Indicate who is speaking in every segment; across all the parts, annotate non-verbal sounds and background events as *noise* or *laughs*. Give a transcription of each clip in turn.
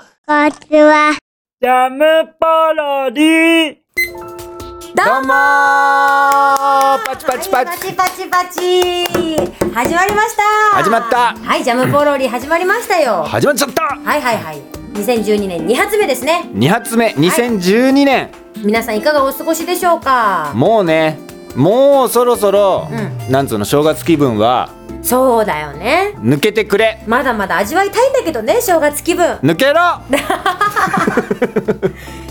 Speaker 1: は。
Speaker 2: ジャムパロディ
Speaker 3: どう
Speaker 4: どうもーパチパチパ
Speaker 3: パ
Speaker 4: チ
Speaker 3: チパチパチ始まりました
Speaker 4: 始まった
Speaker 3: はいジャムポロリ始まりましたよは
Speaker 4: 始まっちゃった
Speaker 3: いはいはい2012年2発目ですね
Speaker 4: 2発目2012年、
Speaker 3: 皆さんいかがお過ごしでしょうか
Speaker 4: もうねもうそろそろ、
Speaker 3: う
Speaker 4: なんつうの正月気分は
Speaker 3: そうだよね
Speaker 4: 抜けてくれ
Speaker 3: まだまだ味わいたいんだけどね正月気分
Speaker 4: 抜けろ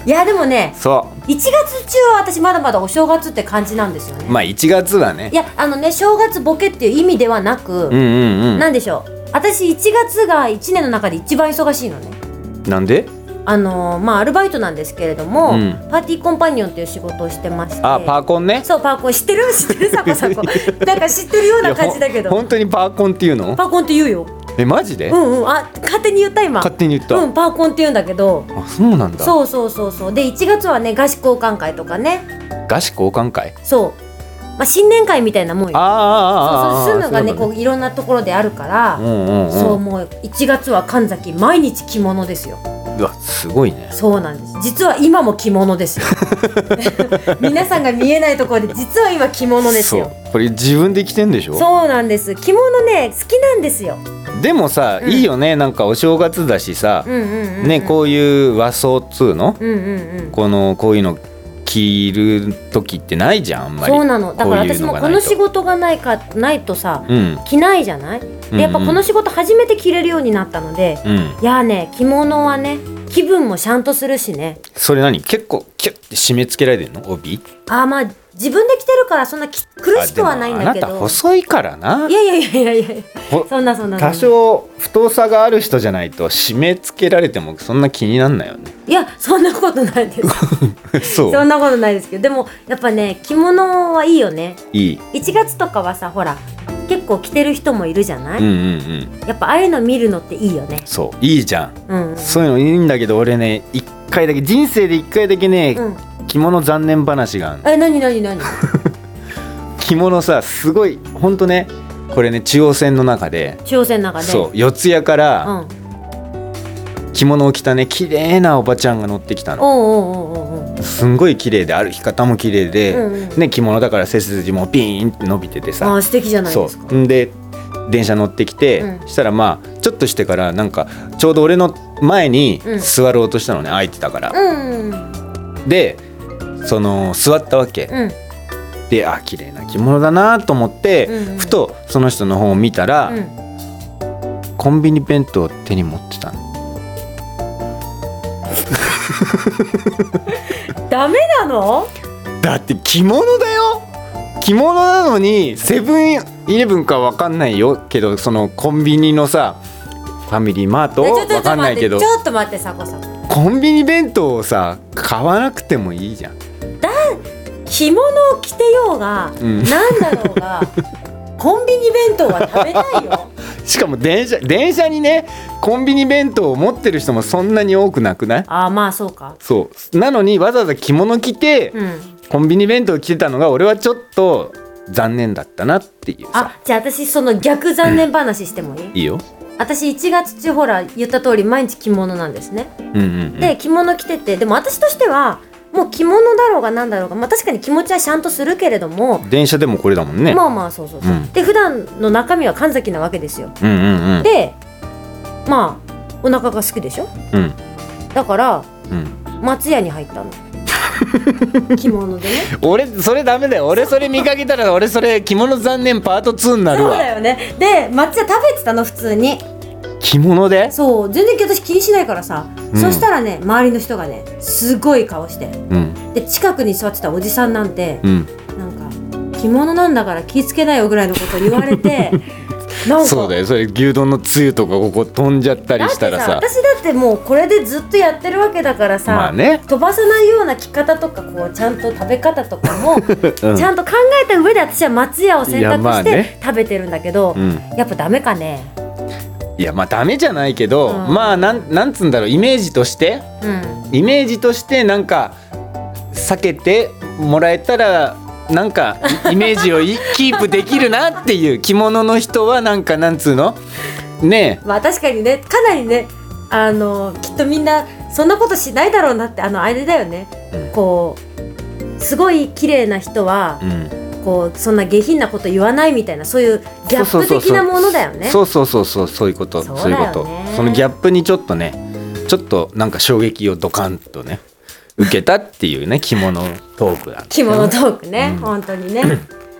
Speaker 3: いやでもね
Speaker 4: そ
Speaker 3: 1月中は私まだまだお正月って感じなんですよね
Speaker 4: うまあ1月はね
Speaker 3: いやあのね正月ボケっていう意味ではなく、
Speaker 4: うんうん
Speaker 3: なんでしょう私1月が1年の中で一番忙しいのね
Speaker 4: うんなんで
Speaker 3: あのーまあアルバイトなんですけれども、
Speaker 4: うん
Speaker 3: パーティーコンパニオンっていう仕事をしてまして
Speaker 4: あパーコンね
Speaker 3: そうパーコン知ってる知ってるサコサ
Speaker 4: *laughs*
Speaker 3: コなんか知ってるよう
Speaker 4: いや
Speaker 3: な
Speaker 4: ほ
Speaker 3: 感じだけど
Speaker 4: 本当にパーコンっていうの
Speaker 3: パーコンって言うよ
Speaker 4: えマジで、
Speaker 3: うんうんあ勝手に言った今
Speaker 4: 勝手に言った、
Speaker 3: うんパーコンって言うんだけど
Speaker 4: あそうなんだ
Speaker 3: そうそうそうそうで1月はね合宿交換会とかね
Speaker 4: 合宿交換会
Speaker 3: そう、まあ、新年会みたいなもんよそう
Speaker 4: あーあーあーあー
Speaker 3: そうそういうのがね
Speaker 4: そう
Speaker 3: こういろんなところであるから、
Speaker 4: うんうんうん
Speaker 3: そうもう1月は神崎毎日着物ですよ
Speaker 4: うわすごいね
Speaker 3: そうなんです実は今も着物で
Speaker 4: *laughs*
Speaker 3: すよ皆さんが見えないところで実は今着物ですよ
Speaker 4: そうこれ自分で着てんでしょ
Speaker 3: そうなんです着物ね好きなんですよ
Speaker 4: でもさ、
Speaker 3: うん
Speaker 4: いいよねなんかお正月だしさ
Speaker 3: う、んうんうん、
Speaker 4: ねこういう和装っつうの、
Speaker 3: うんうんうん
Speaker 4: このこういうの着る時ってないじゃんあんまり
Speaker 3: そうなのだから
Speaker 4: こうい
Speaker 3: 私
Speaker 4: うの
Speaker 3: も
Speaker 4: が
Speaker 3: こ
Speaker 4: ない
Speaker 3: の
Speaker 4: と
Speaker 3: 仕事がないかないとさ
Speaker 4: うん
Speaker 3: 着ないじゃない
Speaker 4: うん
Speaker 3: でやっぱこの仕事初めて着れるようになったので、
Speaker 4: うん
Speaker 3: いやーね着物はね気分もちゃんとするしね
Speaker 4: それ何結構キュッて締め付けられてんの帯
Speaker 3: あーまあ自分で着てるからそんなき苦しくはないんだけ
Speaker 4: あでもあなた
Speaker 3: ど
Speaker 4: 細いからない
Speaker 3: やいやいやいやいや
Speaker 4: ほ
Speaker 3: そんなそんなそんな
Speaker 4: 多少太さがある人じゃないと締め付けられてもそんな気になんないよね *laughs*
Speaker 3: いやそんなことないです
Speaker 4: そう
Speaker 3: そんなことないですけどでもやっぱね着物はいいよね
Speaker 4: いい
Speaker 3: 1月とかはさほら結構着てる人もいるじゃない、
Speaker 4: うんうんうん
Speaker 3: やっぱああいうの見るのっていいよね
Speaker 4: そういいじゃん
Speaker 3: うんうん
Speaker 4: そういうのいいんだけど俺ね一回だけ人生で一回だけね、
Speaker 3: うん
Speaker 4: 着物残念話がある
Speaker 3: え何何何
Speaker 4: 着物さすごいほんとねこれね中央線の中で、
Speaker 3: 中央線の中で
Speaker 4: そう四谷か
Speaker 3: う
Speaker 4: ら
Speaker 3: ん
Speaker 4: 着物を着たね綺麗なおばちゃんが乗ってきたの
Speaker 3: おうおうおうおうおう
Speaker 4: すんごい綺麗で歩き方も綺麗で、
Speaker 3: うんうん
Speaker 4: ね、着物だから背筋もピーンって伸びてて
Speaker 3: あ
Speaker 4: さ
Speaker 3: ー素敵じゃない
Speaker 4: そ
Speaker 3: ですか
Speaker 4: うんで電車乗ってきて、
Speaker 3: うん
Speaker 4: したらまあちょっとしてからなんかちょうど俺の前に
Speaker 3: うん
Speaker 4: 座ろうとしたのね、空いてたから、
Speaker 3: うんうん
Speaker 4: でその座ったわけ、
Speaker 3: うん
Speaker 4: であ綺麗な着物だなと思って、
Speaker 3: うんうん
Speaker 4: ふとその人の方を見たら、
Speaker 3: うん
Speaker 4: コンビニ弁当を手に持ってたの
Speaker 3: ダメなの
Speaker 4: だって着物だよ着物なのにセブンイレブンかわかんないよけどそのコンビニのさファミリーマート
Speaker 3: えちょちょちょ
Speaker 4: わかんないけど
Speaker 3: 待ってちょっと待ってさこさん
Speaker 4: コンビニ弁当をさ買わなくてもいいじゃん
Speaker 3: 着物を着てようが、
Speaker 4: ん
Speaker 3: なんだろ
Speaker 4: *laughs*
Speaker 3: うがコンビニ弁当は食べたいよ
Speaker 4: しかも電車電車にねコンビニ弁当を持ってる人もそんなに多くなくない
Speaker 3: ああまあそうか
Speaker 4: そうなのにわざわざ着物着て、
Speaker 3: うん
Speaker 4: コンビニ弁当を着てたのが俺はちょっと残念だったなっていうさ
Speaker 3: あじゃあ私その逆残念話してもいい、
Speaker 4: いいよ
Speaker 3: 私1月中ほら言った通り毎日着物なんですね、
Speaker 4: うんうんうん
Speaker 3: で着物着ててでも私としてはもう着物だろうがなんだろうが、まあ、確かに気持ちはちゃんとするけれども、
Speaker 4: 電車でもこれだもんね、
Speaker 3: まあまあそうそうそう、
Speaker 4: うん
Speaker 3: で普段の中身は神崎なわけですよ
Speaker 4: うんうんうん
Speaker 3: でまあお腹が好きでしょ
Speaker 4: うん
Speaker 3: だから
Speaker 4: うん
Speaker 3: 松屋に
Speaker 4: *laughs*
Speaker 3: 入ったの着物でね
Speaker 4: 俺それダメだよ俺それ見かけたら俺それ着物残念パート2になる
Speaker 3: そうだ
Speaker 4: わ
Speaker 3: よねで松屋食べてたの普通に
Speaker 4: 着物で
Speaker 3: そう全然私気にしないからさ、
Speaker 4: うん
Speaker 3: そしたらね周りの人がねすごい顔して
Speaker 4: うん
Speaker 3: で近くに座ってたおじさんなんて
Speaker 4: う、ん
Speaker 3: なんか着物なんだから気ぃつけないよぐらいのこと言わ
Speaker 4: *laughs*
Speaker 3: れてなんか
Speaker 4: そうだよそれ牛丼のつゆとかここ飛んじゃったりしたら
Speaker 3: だ
Speaker 4: さ
Speaker 3: って私だってもうこれでずっとやってるわけだからさ、
Speaker 4: まあね
Speaker 3: 飛ばさないような着方とかこうちゃんと食べ方とかも、
Speaker 4: うん
Speaker 3: ちゃんと考えた上で私は松屋を選
Speaker 4: いや
Speaker 3: 択
Speaker 4: まあ
Speaker 3: して
Speaker 4: ね
Speaker 3: 食べてるんだけどや,、
Speaker 4: うん
Speaker 3: っぱダメかね
Speaker 4: いやまあダメじゃないけど、
Speaker 3: うん
Speaker 4: まあなんなんつうんだろうイメージとして
Speaker 3: うん
Speaker 4: イメージとしてなんか避けてもらえたらなんかイイメージをいキープできるなっていう着物の人はなんかなんつうのね
Speaker 3: まあ確かにねかなりねあのきっとみんなそんなことしないだろうなってあのあれだよね、
Speaker 4: うん
Speaker 3: こうすごい綺麗な人は
Speaker 4: う、ん
Speaker 3: こうそんな下品なこと言わないみたいなそういうギャップ的なものだよね。
Speaker 4: そうそうそうそうそういうこと
Speaker 3: そ
Speaker 4: そうう,、
Speaker 3: だよ
Speaker 4: いう
Speaker 3: ね
Speaker 4: ことそのギャップにちょっとねちょっとなんか衝撃をドカンとね受けたっていう
Speaker 3: *laughs*
Speaker 4: ね着物トークだ
Speaker 3: 着物トークね、
Speaker 4: うん
Speaker 3: 本当
Speaker 4: *clears throat*
Speaker 3: にね。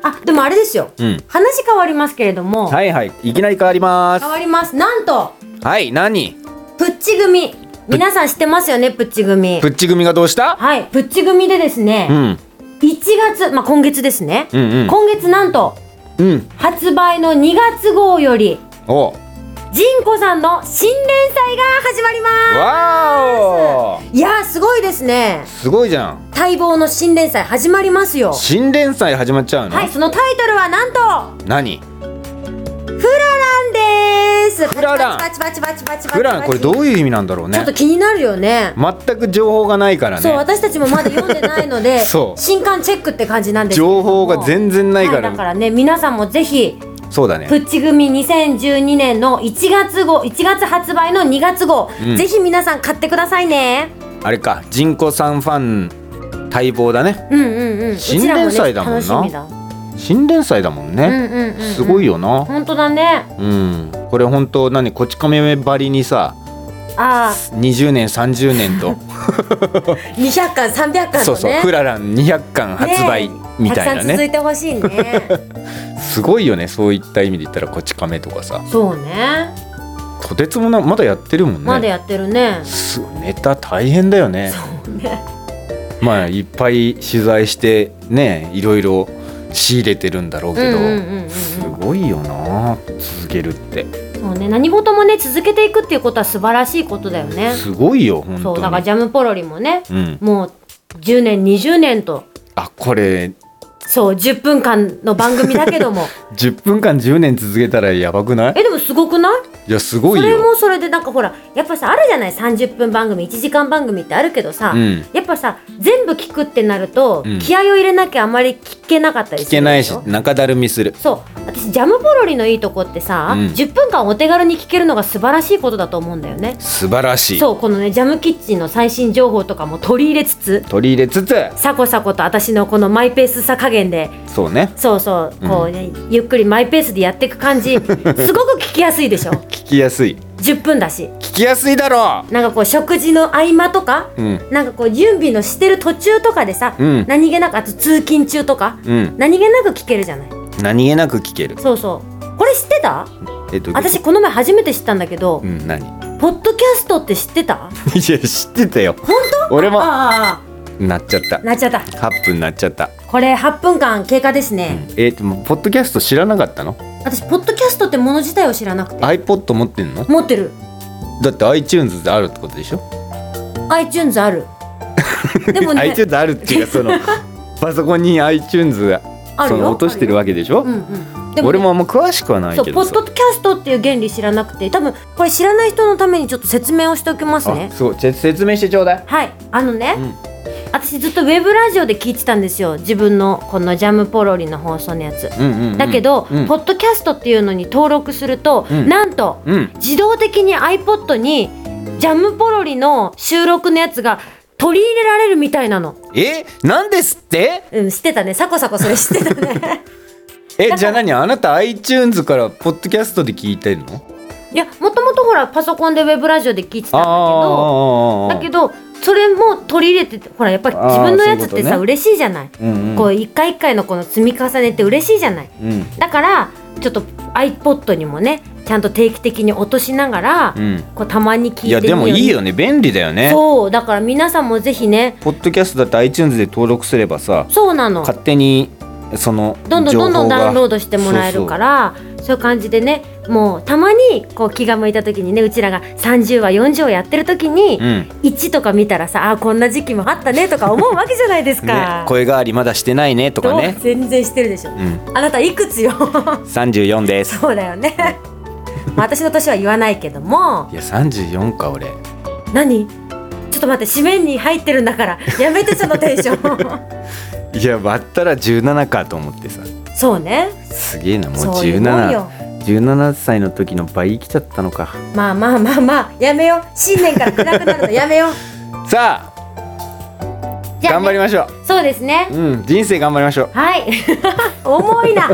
Speaker 3: あでもあれですよ、
Speaker 4: うん
Speaker 3: 話変わりますけれども、
Speaker 4: はいはいいきなり変わりま
Speaker 3: 変わりますなんと
Speaker 4: すはい何
Speaker 3: プッチ組皆さん知ってますよねプッチ組
Speaker 4: プ。ッチ組がどうした、
Speaker 3: はいプッチ組でですね、
Speaker 4: うん
Speaker 3: 1月、まあ、今月ですね、
Speaker 4: うんうん
Speaker 3: 今月なんと
Speaker 4: うん
Speaker 3: 発売の2月号より
Speaker 4: おう
Speaker 3: ジンコさんの新連載が始まりま
Speaker 4: わ
Speaker 3: すいやーすごいですね
Speaker 4: おすごいじゃん
Speaker 3: 待望の新連載始まりますよ
Speaker 4: 新連載始まっちゃうの、
Speaker 3: はいそのタイトルはなんと
Speaker 4: 何
Speaker 3: フラランです
Speaker 4: フララン
Speaker 3: パチパチパチパチパチパチパチ
Speaker 4: フランこれどういう意味なんだろう
Speaker 3: ちょ
Speaker 4: ね
Speaker 3: っと気になるよね
Speaker 4: 全く情報がないからね
Speaker 3: そう私たちもまだ読んでないので
Speaker 4: そう
Speaker 3: 新刊チェックって感じなんですけれど
Speaker 4: 情
Speaker 3: も
Speaker 4: 報が全然ないから,、
Speaker 3: はいだからね皆さんもぜひ
Speaker 4: そうだね
Speaker 3: プッチ組2012年の1月号1月発売の2月号、
Speaker 4: うん
Speaker 3: ぜひ皆さん買ってくださいね
Speaker 4: あれか人工さんファン待望だね
Speaker 3: うんうんうん
Speaker 4: 新連載だもんな
Speaker 3: うちらもね、楽しみだ
Speaker 4: 新連載だもん
Speaker 3: うん
Speaker 4: ね、
Speaker 3: うんうん、
Speaker 4: すごいよな
Speaker 3: 本当だね
Speaker 4: うん、これ本当何こち亀ばりにさ
Speaker 3: あ
Speaker 4: 20年30年
Speaker 3: *laughs*
Speaker 4: と、
Speaker 3: あ200巻300巻のね
Speaker 4: そうそう「フララン200巻発売」みたいな
Speaker 3: ねえたくさん続
Speaker 4: ね
Speaker 3: いてほしい
Speaker 4: *laughs*
Speaker 3: ね
Speaker 4: すごいよねそういった意味で言ったらこち亀とかさ
Speaker 3: そうね
Speaker 4: とてつもなまだやってるもんね
Speaker 3: まだやってるね
Speaker 4: すネタ大変だよね
Speaker 3: そうね
Speaker 4: まあいっぱい取材してねいろいろ仕入れてるんだろうけど、
Speaker 3: うんうんうんうんうん
Speaker 4: すごいよな続けるって
Speaker 3: そうね何事もね続けていくっていうことは素晴らしいことだよね
Speaker 4: すごいよ本
Speaker 3: そうだ
Speaker 4: 当
Speaker 3: から
Speaker 4: に
Speaker 3: ジャムポロリもね
Speaker 4: うん、
Speaker 3: もう10年20年と
Speaker 4: あこれ
Speaker 3: そう10分間の番組だけ
Speaker 4: *laughs*
Speaker 3: ども
Speaker 4: 10分間10年続けたらやばくない
Speaker 3: えでもすごくない
Speaker 4: いやすご
Speaker 3: そ
Speaker 4: い
Speaker 3: れ
Speaker 4: よ
Speaker 3: もそれでなんかほらやっぱさあるじゃない30分番組1時間番組ってあるけどさ、
Speaker 4: うん
Speaker 3: やっぱさ全部聞くってなると、
Speaker 4: うん
Speaker 3: 気合を入れなきゃあまり聞けなかったり
Speaker 4: 聞
Speaker 3: する
Speaker 4: けないし
Speaker 3: でょ
Speaker 4: 中だるみする
Speaker 3: そう私ジャムポロリのいいとこってさ、
Speaker 4: うん
Speaker 3: 10分間お手軽に聞けるのが素晴らしいことだと思うんだよね
Speaker 4: 素晴らしい
Speaker 3: そうこのねジャムキッチンの最新情報とかも取り入れつつ
Speaker 4: 取り入れつつ
Speaker 3: サコサコと私のこのマイペースさ加減で
Speaker 4: そうね
Speaker 3: そうそうこうね、ゆっくりマイペースでやっていく感
Speaker 4: *laughs*
Speaker 3: じすごく聞きやすいでしょ
Speaker 4: 聞きやすい
Speaker 3: 10分だし
Speaker 4: 聞きやすいだろ
Speaker 3: なんかこう食事の合間とか、
Speaker 4: うん
Speaker 3: なんかこう準備のしてる途中とかでさ、
Speaker 4: うん
Speaker 3: 何気なくあと通勤中とか、
Speaker 4: ううん
Speaker 3: 何気なく聞けるじゃない
Speaker 4: 何気なく聞ける
Speaker 3: そうそうこれ知ってた
Speaker 4: えっと
Speaker 3: 私この前初めて知ったんだけど、
Speaker 4: うん何い
Speaker 3: ポッドキャストって知ってた
Speaker 4: *laughs* や知ってたよ本当俺も
Speaker 3: あ
Speaker 4: なっちゃった
Speaker 3: あなっちゃった
Speaker 4: 8分なっちゃった
Speaker 3: これ8分間経過ですね、
Speaker 4: えー、でもポッドキャスト知らなかったの
Speaker 3: 私ポッドキャストってもの自体を知らなくて
Speaker 4: iPod 持ってんの
Speaker 3: 持ってる
Speaker 4: だって iTunes であるってことでしょ
Speaker 3: iTunes あ
Speaker 4: *laughs*
Speaker 3: るでもね
Speaker 4: iTunes あるっていうかそ
Speaker 3: *laughs*
Speaker 4: のパソコンに iTunes が
Speaker 3: あ
Speaker 4: そ
Speaker 3: るよ
Speaker 4: の落としてるわけでしょ、
Speaker 3: うんうんでね
Speaker 4: 俺もあんま詳しくはない
Speaker 3: そう
Speaker 4: け
Speaker 3: ポ
Speaker 4: ど
Speaker 3: ッドキャストっていう原理知らなくて多分これ知らない人のためにちょっと説明をしておきますね
Speaker 4: あそうせ説明してちょうだい
Speaker 3: はいあのね、
Speaker 4: うん
Speaker 3: 私ずっとウェブラジオで聞いてたんですよ自分のこのジャムポロリの放送のやつ、
Speaker 4: うんうんうん
Speaker 3: だけど、
Speaker 4: うん
Speaker 3: ポッドキャストっていうのに登録すると、
Speaker 4: うん
Speaker 3: なんと
Speaker 4: うん
Speaker 3: 自動的に iPod にジャムポロリの収録のやつが取り入れられるみたいなの
Speaker 4: えなんですって
Speaker 3: うん知ってたねサコサコそれ知ってた
Speaker 4: *laughs*
Speaker 3: ね
Speaker 4: えじゃあ何あなた iTunes からポッドキャストで聞いてんの
Speaker 3: いやもともとほらパソコンでウェブラジオで聞いてたんだけど
Speaker 4: あ
Speaker 3: だけどそれも取り入れててほらやっぱり自分のやつっ
Speaker 4: あー
Speaker 3: てさ
Speaker 4: そういうことね
Speaker 3: 嬉しいじゃない、
Speaker 4: どうんうん
Speaker 3: こう一回一回のこの積み重ねって嬉しいじゃない
Speaker 4: うん
Speaker 3: だからちょっと iPod にもねちゃんと定期的に落としながら、
Speaker 4: うん
Speaker 3: こうたまに
Speaker 4: い
Speaker 3: 聞いてみ
Speaker 4: やでもいいよね
Speaker 3: ね
Speaker 4: 便利だよね
Speaker 3: そうだから皆さんもぜひね
Speaker 4: ポッドキャストだって iTunes で登録すればさ
Speaker 3: そうなの
Speaker 4: 勝手にその
Speaker 3: どんどん
Speaker 4: 情
Speaker 3: ど
Speaker 4: 報
Speaker 3: ん
Speaker 4: が
Speaker 3: どんダウンロードしてもらえるからそういう感じでねもうたまにこう気が向いた時にねうちらが30話40話やってる時に、
Speaker 4: うん
Speaker 3: 1とか見たらさあーこんな時期もあったねとか思うわけじゃないですか。
Speaker 4: ね、声変わりまだしてないねとかね
Speaker 3: どう全然してるでしょ、
Speaker 4: ん
Speaker 3: あなたいくつよ *laughs*
Speaker 4: 34です
Speaker 3: そうだよね
Speaker 4: *laughs*
Speaker 3: まあ私の年は言わないけども
Speaker 4: いや34か俺
Speaker 3: 何ちょっと待って紙面に入ってるんだからやめてそのテンショ
Speaker 4: *laughs*
Speaker 3: ン
Speaker 4: いや割ったら17かと思ってさ
Speaker 3: そうね
Speaker 4: すげえなもう
Speaker 3: そういうもんよ
Speaker 4: 17 17歳の時の倍生きちゃったのか
Speaker 3: まあまあまあまあやめよう新年から暗くなるのやめ
Speaker 4: *laughs*
Speaker 3: よう
Speaker 4: さあ
Speaker 3: じゃあ、
Speaker 4: 頑張
Speaker 3: ね、
Speaker 4: りましょ
Speaker 3: そうですね
Speaker 4: ううん人生頑張りましょ
Speaker 3: はい *laughs* 重いな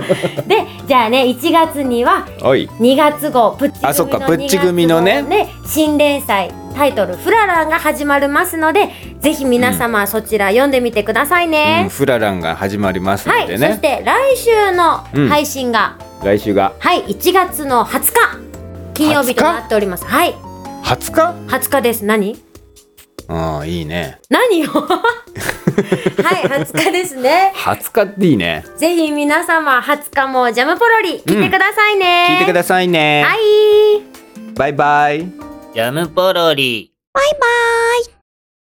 Speaker 3: でじゃあね1月には
Speaker 4: うおい
Speaker 3: 2月号プッチ組の
Speaker 4: あそっか
Speaker 3: 2月号
Speaker 4: プッチ組のね
Speaker 3: 新連載タイトル「フララン」が始まりますのでぜひ皆様そちら読んでみてください
Speaker 4: うん
Speaker 3: ね、
Speaker 4: フラランが始まります
Speaker 3: は
Speaker 4: の
Speaker 3: い、
Speaker 4: で
Speaker 3: そし
Speaker 4: ね、
Speaker 3: て来週
Speaker 4: う
Speaker 3: の
Speaker 4: ん
Speaker 3: 配信が、
Speaker 4: 来週が
Speaker 3: はい1月の20日金曜日となっておりますはい
Speaker 4: 20日
Speaker 3: 20日です何
Speaker 4: うんいいね *laughs*
Speaker 3: 何をはい20日ですね
Speaker 4: 20日っていいね
Speaker 3: ぜひ皆様20日もジャムポロリ聞いてくださいね、
Speaker 4: 聞いてくださいね、
Speaker 3: はい
Speaker 4: バイバイ
Speaker 2: ジャムポロリ。
Speaker 1: バイバイ